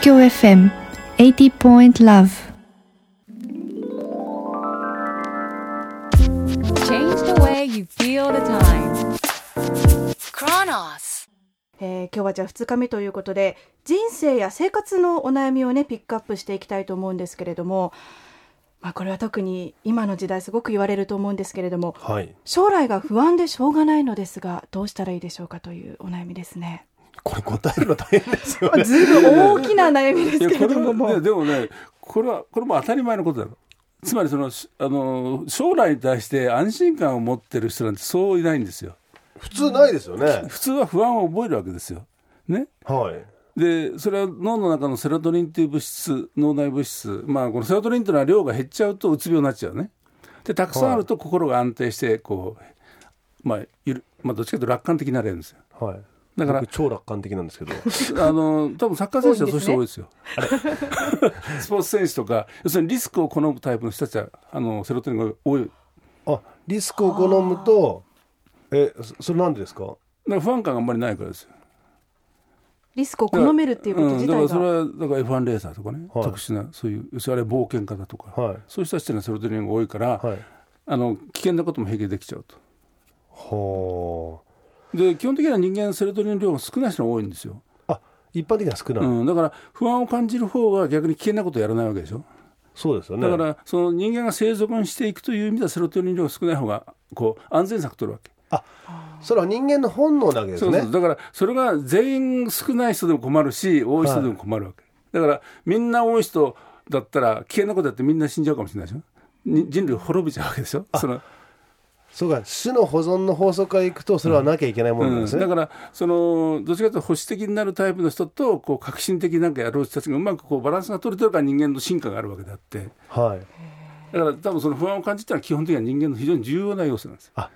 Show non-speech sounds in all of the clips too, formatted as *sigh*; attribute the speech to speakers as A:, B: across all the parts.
A: 京 FM 80.Love
B: Change the way you feel the time. Chronos.
C: えー今日はじゃあ2日目ということで人生や生活のお悩みをねピックアップしていきたいと思うんですけれども、まあ、これは特に今の時代すごく言われると思うんですけれども
D: はい、
C: 将来が不安でしょうがないのですがどうしたらいいでしょうかというお悩みですね。
D: これ答えるの大変ですよね。
C: ずいぶん大きな悩みです
D: いや
C: け
D: こ
C: れ
D: れ
C: どもも
D: はね
C: う
D: でもねこれはこれも当たり前のことだろつまりそのしあの将来に対して安心感を持ってる人なんてそういないんですよ
E: *laughs* 普通ないですよね。
D: 普通は不安を覚えるわけですよね
E: はい。
D: でそれは脳の中のセロトリンという物質脳内物質まあこのセロトリンというのは量が減っちゃうとうつ病になっちゃうねでたくさんあると心が安定してこう、まあゆるまあどっちかというと楽観的になれるんですよ
E: はい。
D: だから
E: 僕超楽観的なんですけど。
D: *laughs* あの多分サッカー選手はそういう人多いですよ。スポーツ選手とか要するにリスクを好むタイプの人たちはあのセロトニンが多い。だ
E: *laughs*
D: か
E: あ、リスクを好むと、え、そそれなんでですか。
D: ら不安感があんまりないからですよ。
C: リスクを好めるっていうこと自
D: だから
C: 体
D: それ
C: が、
D: はだから F1 レーサーとかね、
E: はい
D: 特殊なそういう要するにあれ冒険家だとか、
E: はい
D: そういう人たちっていうのはセロトニンが多いから、
E: はい。
D: あの危険なことも平気でできちゃうと。
E: は
D: で基本的には人間セロトニンの量が少ない人が多いんですよ。
E: あ。あ、一般的には少ない。
D: うん、だから不安を感じる方は逆に危険なことをやらないわけでしょ。
E: そうですよね。
D: だからその人間が生存していくという意味ではセロトニン量が少ない方がこう安全策取るわけ。
E: それは人間の本能なわけです
D: そう
E: ね。
D: そうだからそれが全員少ない人でも困るし多い人でも困るわけ、だからみんな多い人だったら危険なことやってみんな死んじゃうかもしれないでしょに人類滅びちゃうわけでしょその、
E: そうか、種の保存の法則からいくと、それはなきゃいけないものなん
D: う
E: で
D: ん、
E: すね。
D: だからそのどっちかというと保守的になるタイプの人とこう革新的なんかやろう人たちがうまくこうバランスが取れてるから人間の進化があるわけであって
E: はい。
D: だから多分その不安を感じたのは基本的には人間の非常に重要な要素なんですよ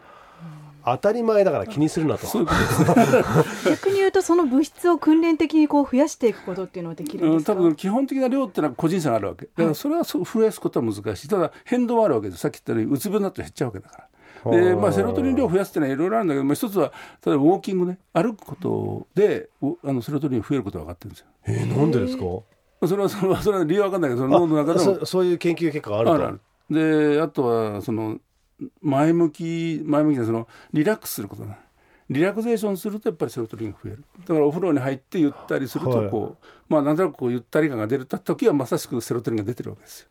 E: 当たり前だから気にするなと。
D: そういうことです
C: 逆に言うとその物質を訓練的にこう増やしていくことっていうのはできるん
D: う
C: で
D: ん、
C: すか、
D: 多分基本的な量ってのは個人差があるわけだからそれはそう増やすことは難しいただ変動はあるわけですさっき言ったようにうつ病になって減っちゃうわけだからで、
E: はあ
D: まあ、セロトニン量を増やすっていうのはいろいろあるんだけど、まあ、一つは例えばウォーキングね歩くことでおあのセロトニン増えることが分かってるんですよ
E: えー、なんでですか。
D: それはそれはそれは理由は分かんないけどその脳の中
E: あ
D: でも
E: そそういう研究結果があると。
D: あるあるであとはその前向き前向きなそのリラックスすることだなリラクゼーションするとやっぱりセロトリンが増えるだからお風呂に入ってゆったりすると
E: はい
D: こう、まあなんとなくこうゆったり感が出る時はまさしくセロトリンが出てるわけですよ、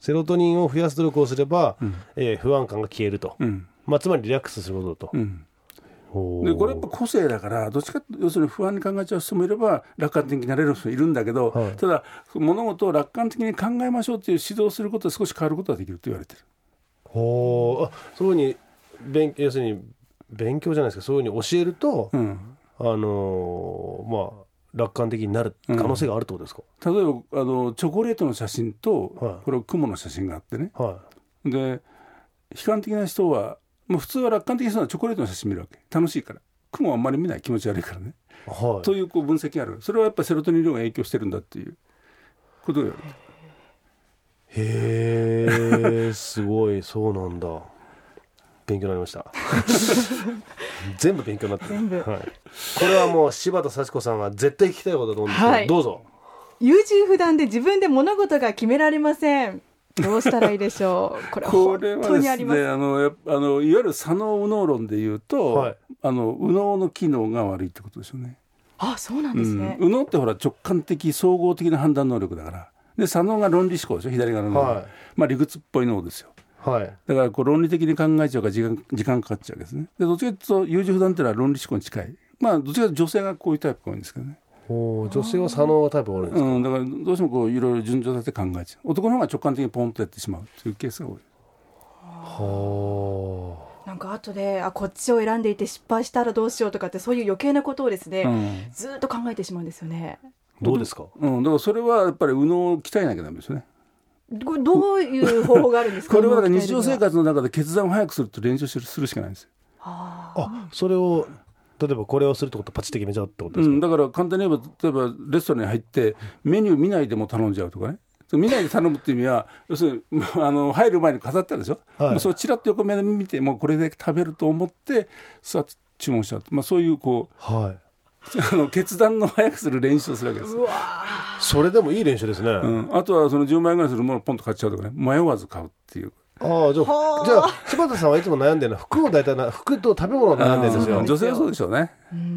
E: セロトニンを増やす努力をすれば、えー不安感が消えると。
D: うん
E: まあ、つまりリラックスすることだと。
D: うん、
E: ほう
D: でこれやっぱ個性だからどっちか要するに不安に考えちゃう人もいれば楽観的になれる人もいるんだけど、
E: はい
D: ただ物事を楽観的に考えましょうっていう指導することで少し変わることができると言われてる
E: ほうあそういうふうに勉要するに勉強じゃないですかそういうふうに教えると、
D: うん
E: あのーまあ楽観的になる可能性があるってことですか、
D: 例えばあのチョコレートの写真と、
E: はい
D: これ雲の写真があってね
E: はい
D: で悲観的な人はもう普通は楽観的な人はチョコレートの写真見るわけ楽しいから雲はあんまり見ない気持ち悪いからね、
E: はい
D: というこう分析があるそれはやっぱりセロトニン量が影響してるんだっていうことよ
E: へえすごいそうなんだ勉強になりました
D: *laughs*
E: 全部勉強になって全部、はい、これはもう柴田幸子さんは絶対聞きたいことだと思うんですけど、
C: はい
E: どうぞ
C: 優柔不断で自分で物事が決められません。どうしたらいいでしょう。これ
D: こ
C: 本
D: れは
C: 当
D: で
C: に
D: す
C: あります。
D: ねあのやっぱあのいわゆる左脳右脳論でいうと、
E: はい
D: あの右脳の機能が悪いってことですよね
C: あ、そうなんですね
D: うん、。右脳ってほら直感的総合的な判断能力だからで左脳が論理思考でしょ左側の脳、
E: はい
D: まあ理屈っぽい脳ですよ
E: はい
D: だからこう論理的に考えちゃうから時間時間かかっちゃうわけですね。でどっちかというと優柔不断っていうのは論理思考に近い。まあどっちかというと女性がこういうタイプが多いんですけどね。
E: お女性は左脳タイプがあるんですか、
D: うん、だからどうしてもこういろいろ順序立てて考えちゃう。男の方が直感的にポンとやってしまうというケースが多い。
E: はあ
C: なんか後で、あ、こっちを選んでいて失敗したらどうしようとかって、そういう余計なことをですね。
D: うん
C: ずーっと考えてしまうんですよね。
E: どうですか
D: うん、だからそれはやっぱり右脳を鍛えなきゃダメですよね。
C: これどういう方法があるんですか。
D: *laughs* これはだから
C: この
D: 日常
C: *laughs*
D: 生。活の中で決断を早くすると練習するするしかないんですよ。
C: あ
E: あそれを例えばこれをするってことパチって決めちゃうってことで
D: う
E: すか、
D: ん、だから簡単に言えば例えばレストランに入ってメニュー見ないでも頼んじゃうとかね見ないで頼むっていう意
E: *laughs*
D: 味は要するに *laughs* あの入る前に飾ってあるでしょ、
E: はい
D: もうそれをちらっと横目で見てもうこれで食べると思ってさ注文しちゃう、まあ、そういうこ *laughs*
E: はい
D: あの決断の早くする練習をするわけです、
E: それでもいい練習ですね、
D: うん、あとはその10万円ぐらいするものをポンと買っちゃうとかね迷わず買うっていう
E: ああじゃあじゃあ柴田さんはいつも悩んでるのは服を大体な服と食べ物を悩んでるんです
D: う
E: よ
D: ん女性はそうでしょうね、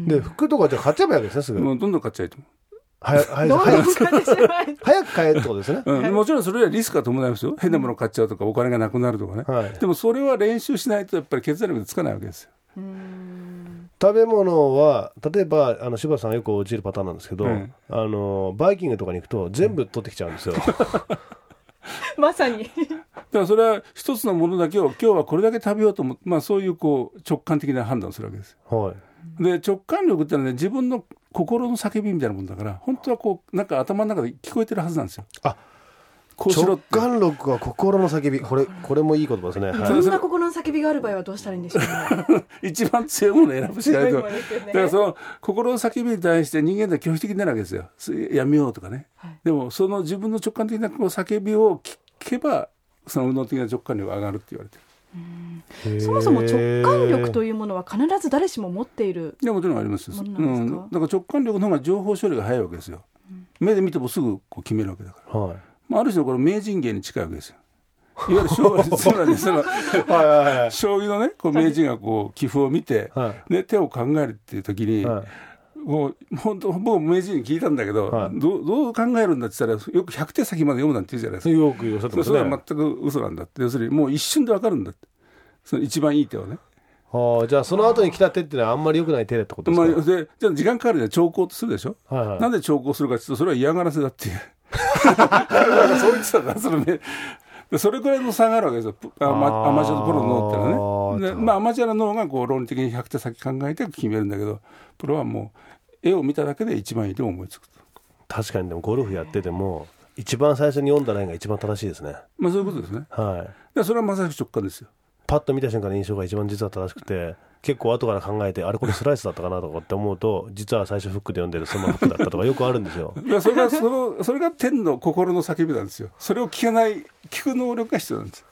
E: で服とかじゃあ買っちゃえばいいわけですねすぐ、
D: もうどんどん買っちゃいと思
E: はやはや
C: どんど
E: 早
C: ん
E: く
C: 使ってしまい
E: 早く買えってことですね、
D: う、うんもちろんそれはリスクは伴いますよ変なもの買っちゃうとかお金がなくなるとかね、
E: はい
D: でもそれは練習しないとやっぱり決断力でつかないわけですよ、
E: 食べ物は例えばあの柴田さんがよく落ちるパターンなんですけど、
D: うん
E: あのバイキングとかに行くと全部取ってきちゃうん
D: *laughs*
E: ですよ、
C: まさに
D: だからそれは一つのものだけを今日はこれだけ食べようと思って、まあ、そういうこう直感的な判断をするわけですよ
E: はい
D: で直感力ってのはね自分の心の叫びみたいなもんだから本当はこうなんか頭の中で聞こえてるはずなんですよ
E: あ
D: こうしろ
E: 直
D: って
E: 感力は心の叫びこれこれもいい言葉ですね、
C: そ
E: は
C: んな心の叫びがある場合はどうしたらいいんでしょうね
D: 一番強いものを選ぶしかないと
C: *laughs* 強いものですよね
D: だからその心の叫びに対して人間って拒否的になるわけですよすやめようとかね、
C: はい
D: でもその自分の直感的なこう叫びを聞けばその運動的な直感力が上がるって言われてる
E: い、
C: そもそも直感力と
E: いう
C: いうものは必ず誰しも持っている
D: でもちろんありますよ
C: ものなんですか
D: うん、だから直感力の方が情報処理が早いわけですよ、目で見てもすぐこう決めるわけだから
E: はい
D: まあ、ある種のこの名人芸に近いわけですよ。いわゆる将棋そうなんですよ
E: はいはいはい
D: 将棋のねこう名人がこう棋譜を見て、
E: は
D: ね、手を考えるっていう時に、
E: はい
D: もう本当もう名人に聞いたんだけど、
E: はい
D: どうどう考えるんだって言ったらよく100手先まで読むなんて言うじゃないですか。
E: よくおっしゃって
D: そ
E: ま
D: う
E: す
D: そ
E: ね。
D: れは全く嘘なんだって要するにもう一瞬で分かるんだってその一番いい手はね。
E: はあ、じゃあその後に来た手っていうのはあんまり良くない手だってことです
D: ま
E: か、
D: あ、でじゃあ時間かかるじゃん長考とするでしょ、
E: はいはい
D: なんで長考するかっていうとそれは嫌がらせだっていうなん *laughs* かそう言ってたからそれねでそれくらいの差があるわけですよぷアマアマチュアとプロの脳ってのは
E: あー
D: ねで、まあ、アマチュアの脳がこう論理的に100手先考えて決めるんだけどプロはもう絵を見ただけで一番いいと思いつくと、
E: 確かにでもゴルフやってても、一番最初に読んだラインが一番正しいですね。
D: まあ、そういうことですね
E: はい。
D: でそれはまさしく直感ですよ
E: パッと見た瞬間の印象が一番実は正しくて、結構後から考えて、あれこれスライスだったかなとかって思うと、実は最初フックで読んでるそのままフックだったとかよくあるんですよ。
D: でそれがそのそれが天の心の叫びなんですよそれを聞けない聞く能力が必要なんです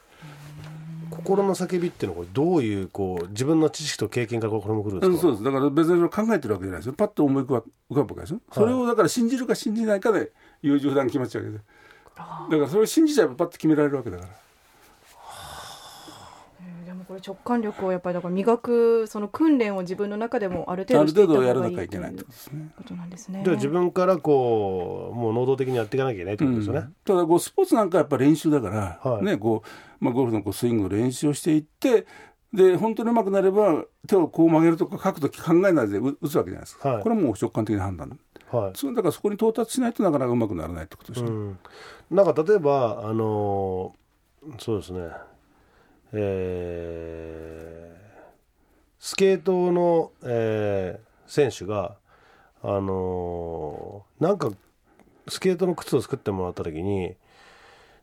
E: 心の叫びっていうのはこれどういうこう自分の知識と経験からこれも来るん
D: う
E: で
D: ん、
E: すか、
D: そうですだから別にそれ考えてるわけじゃないですよパッと思い浮かぶわけですよそれをだから信じるか信じないかで優柔不断に決まっちゃうわけでだからそれを信じちゃえばパッと決められるわけだから
C: うんでもこれ直感力をやっぱりだから磨くその訓練を自分の中でもある程度
D: ある
C: してい
D: 程
C: った方
D: 度
C: がいい
D: やらなき
C: と
D: ゃ
C: い
D: いけないうってことですね
C: ことなんですね。
E: じゃあ自分からこう、もう能動的にやっていかなきゃいけないってことですよね。
D: うんただこうスポーツなんかやっぱ練習だから、
E: はい
D: ねこうまあ、ゴルフのこうスイングの練習をしていってで本当にうまくなれば手をこう曲げるとか角度考えないで打打つわけじゃないですか、
E: はい
D: これはもう直感的な判断
E: はい。
D: そうだからそこに到達しないとなかなかうまくならないってことですね、
E: うん、なんか例えばあのーそうですねえースケートの、えー選手があのーなんかスケートの靴を作ってもらった時に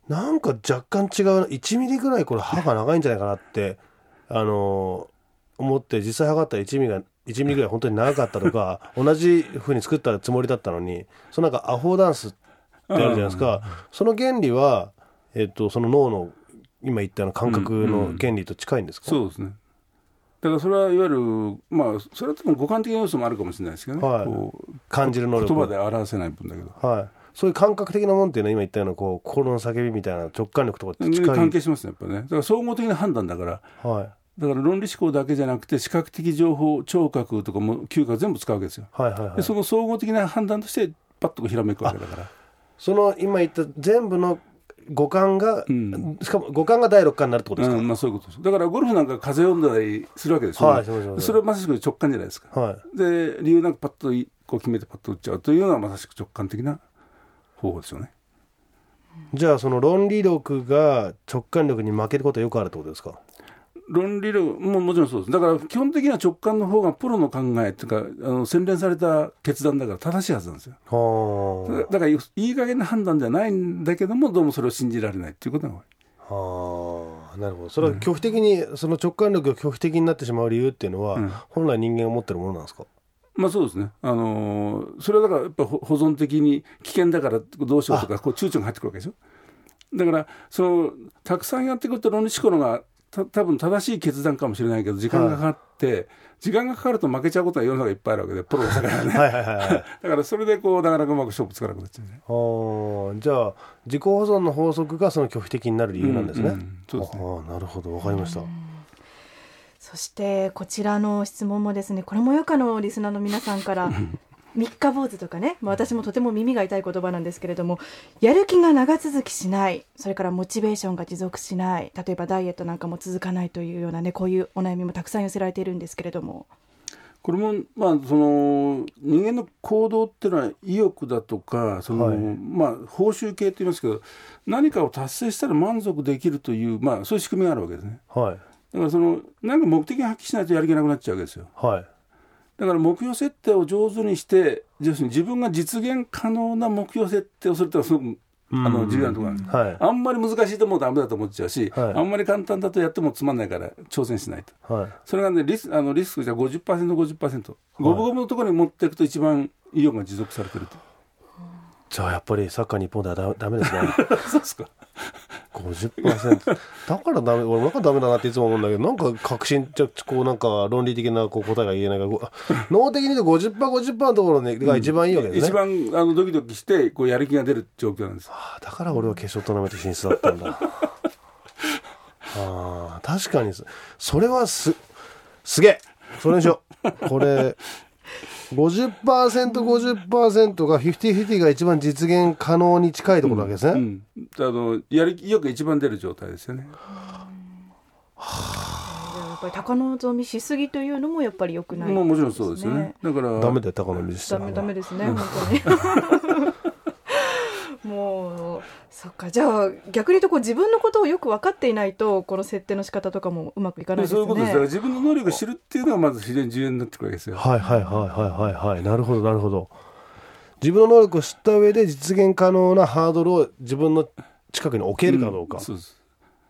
E: なんか若干違うな1ミリぐらいこれ歯が長いんじゃないかなってあのー思って実際測ったら1ミリが1ミリぐらい本当に長かったと
D: *laughs*
E: か同じ風に作ったつもりだったのにそのなんかアホダンスってあるじゃないですか、その原理は、えっとその脳の今言ったような感覚の原理と近いんですか、
D: そうですね。だからそれはいわゆる、まあ、それは多分五感的な要素もあるかもしれないですけどね、
E: はい
D: こう
E: 感じる能力
D: 言葉で表せない分だけど、
E: はい、そういう感覚的なもんっていうのは今言ったようなこう心の叫びみたいな直感力とかって近い、
D: 関係しますね、やっぱりね。だから総合的な判断だから、
E: はい、
D: だから論理思考だけじゃなくて、視覚的情報、聴覚とかも嗅覚全部使うわけですよ。
E: はいはいはい
D: でその総合的な判断として、パッとこうひらめくわけだから。
E: その今言った全部の五感が、
D: ん
E: しかも五感が第六感になるってことですか、
D: うんまあ、そういうことですだからゴルフなんか風読んだりするわけですよ、
E: はいそうそうそう
D: それはまさしく直感じゃないですか、
E: はい
D: で理由なくパッといこう決めてパッと打っちゃうというのはまさしく直感的な方法ですよね
E: じゃあその論理力が直感力に負けることはよくあるってことですか
D: 論理力ももちろんそうですだから基本的には直感の方がプロの考えというかあの洗練された決断だから正しいはずなんですよ
E: は
D: だからいい加減な判断ではないんだけどもどうもそれを信じられないっていうことが多い
E: あはあなるほどそれは拒否的に、その直感力が拒否的になってしまう理由っていうのは、
D: うん
E: 本来人間が持ってるものなんですか
D: まあそうですね、あのーそれはだからやっぱ保保存的に危険だからどうしようとかこう躊躇が入ってくるわけでしょだからそのたくさんやってくると論理思考の方がた多分正しい決断かもしれないけど時間がかかって、時間がかかると負けちゃうことは世の中いっぱいあるわけでプロだからね
E: はいはいはい
D: *laughs*
E: はい
D: だからそれでこうなかなかうまく勝負つかなくなっちゃうね
E: あーじゃあ自己保存の法則がその拒否的になる理由なんですね、
D: うんうんそうですね
E: ああなるほどわかりました、
C: そしてこちらの質問もですねこれもよかのリスナーの皆さんから三日坊主とかね、まあ、私もとても耳が痛い言葉なんですけれどもやる気が長続きしないそれからモチベーションが持続しない例えばダイエットなんかも続かないというようなねこういうお悩みもたくさん寄せられているんですけれども
D: これもまあその人間の行動っていうのは意欲だとかその、
E: はい
D: まあ報酬系と言いますけど何かを達成したら満足できるというまあそういう仕組みがあるわけですね
E: はい
D: だからそのなんか目的を発揮しないとやる気なくなっちゃうわけですよ
E: はい
D: だから目標設定を上手にして要するに自分が実現可能な目標設定をするってのはすごくあ
E: うん
D: の重要なところなんです
E: はい
D: あんまり難しいともうダメだと思っちゃうし、
E: はい
D: あんまり簡単だとやってもつまんないから挑戦しないと
E: はい
D: それがねリスあのリスクじゃ 50%50% 五分五分のところに持っていくと一番意欲が持続されてると
E: じゃあやっぱりサッカー日本ではダダメですね
D: そうですか
E: 50%だからダメ俺なんかダメだなっていつも思うんだけどなんか革新じゃこうなんか論理的なこう答えが言えないからこうあ脳的に言うと 50%50% のところ、ねが一番いいわけですね、
D: 一番あのドキドキしてこうやる気が出る状況なんです
E: ああだから俺は決勝トーナメント進出だったんだああ確かにそそれはすすげえそれにしようこれ 50%50% が50-50が一番実現可能に近いところなわけですね、
D: うん、あのやる気意欲が一番出る状態ですよね
C: やっぱり高望みしすぎというのもやっぱり良くない、
D: まあもちろんそうですよねだから
E: ダメだよ高野美術さ
C: ダ
E: ん
C: メ
E: は
C: ダメですね本当に *laughs* もうそっかじゃあ逆に言うとこう自分のことをよく分かっていないとこの設定の仕方とかもうまくいかないです
D: そうい
C: ね
D: うことですだから自分の能力を知るっていうのがまず非常に重要になってくるわけですよ
E: はいはいはいはいはいはいなるほどなるほど自分の能力を知った上で実現可能なハードルを自分の近くに置けるかどうか、
D: んそうです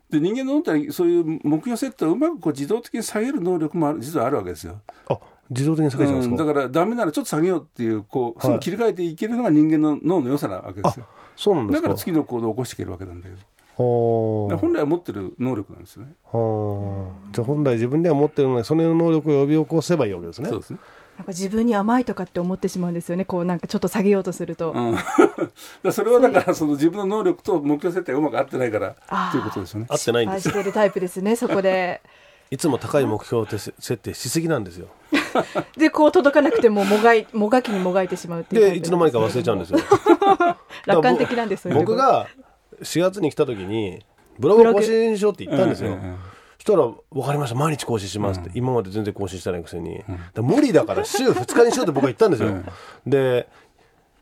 D: で人間の脳ってのはそういう目標設定をうまくこう自動的に下げる能力もある実はあるわけですよ、
E: あ自動的に下げちゃうんで
D: う
E: す
D: ん
E: か、
D: だからダメならちょっと下げようっていうこうすぐ切り替えていけるのが人間の脳の良さなわけですよ
E: そうなんで
D: だ
E: す
D: か
E: から
D: 次の行動を起こしていけるわけなんだけどだか
E: ほー
D: ら本来は持ってる能力なんですよね
E: はあ、じゃあ本来自分では持ってるのにその能力を呼び起こせばいいわけですね
D: そうですね、
C: なんか自分に甘いとかって思ってしまうんですよねこうなんかちょっと下げようとすると、
D: うん、だからそれ *laughs* はだからその自分の能力と目標設定がうまく合ってないから
C: あー
D: ということですよね
E: 合ってないんで
C: 愛
E: す
C: してるタイプですねそこで
E: いつも高い目標をてせ設定しすぎなんですよ
C: でこう届かなくてももがいもがきにもがいてしまうっていう
E: でいつの間にか忘れちゃうんですよ
C: 楽観的なんです
E: だ
C: よ
E: か
C: ね
E: ら僕僕が4月に来た時にブログを更新しようって言ったんですよ、
D: うんうんうん
E: そしたら「分かりました毎日更新します」って、今まで全然更新してないくせに、だから無理だから週2日にしようって僕は言ったんですよ、で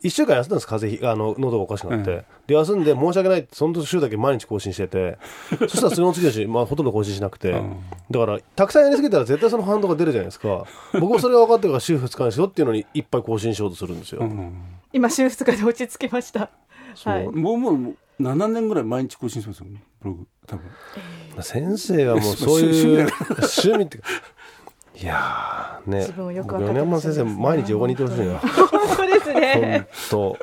E: 1週間休んだんです風邪ひあの喉がおかしくなって、
D: う
E: で休んで申し訳ないってその週だけ毎日更新して *laughs* てそしたらその次の週、まあ、ほとんど更新しなくて、
D: ん
E: だからたくさんやりすぎたら絶対その反動が出るじゃないですか僕もそれが分かってるから週2日にしようっていうのにいっぱい更新しようとするんですよ、
C: 今週2日で落ち着きました *laughs*
E: そう
C: はい
D: もうもう7年ぐらい毎日更新してますよブログ多分
E: 先生はもうそう *laughs* いう趣味っていうかいやーね
C: 自分をよく分かって
E: 米山先生毎日横にいてほしいな
C: 本当ですね
E: 本当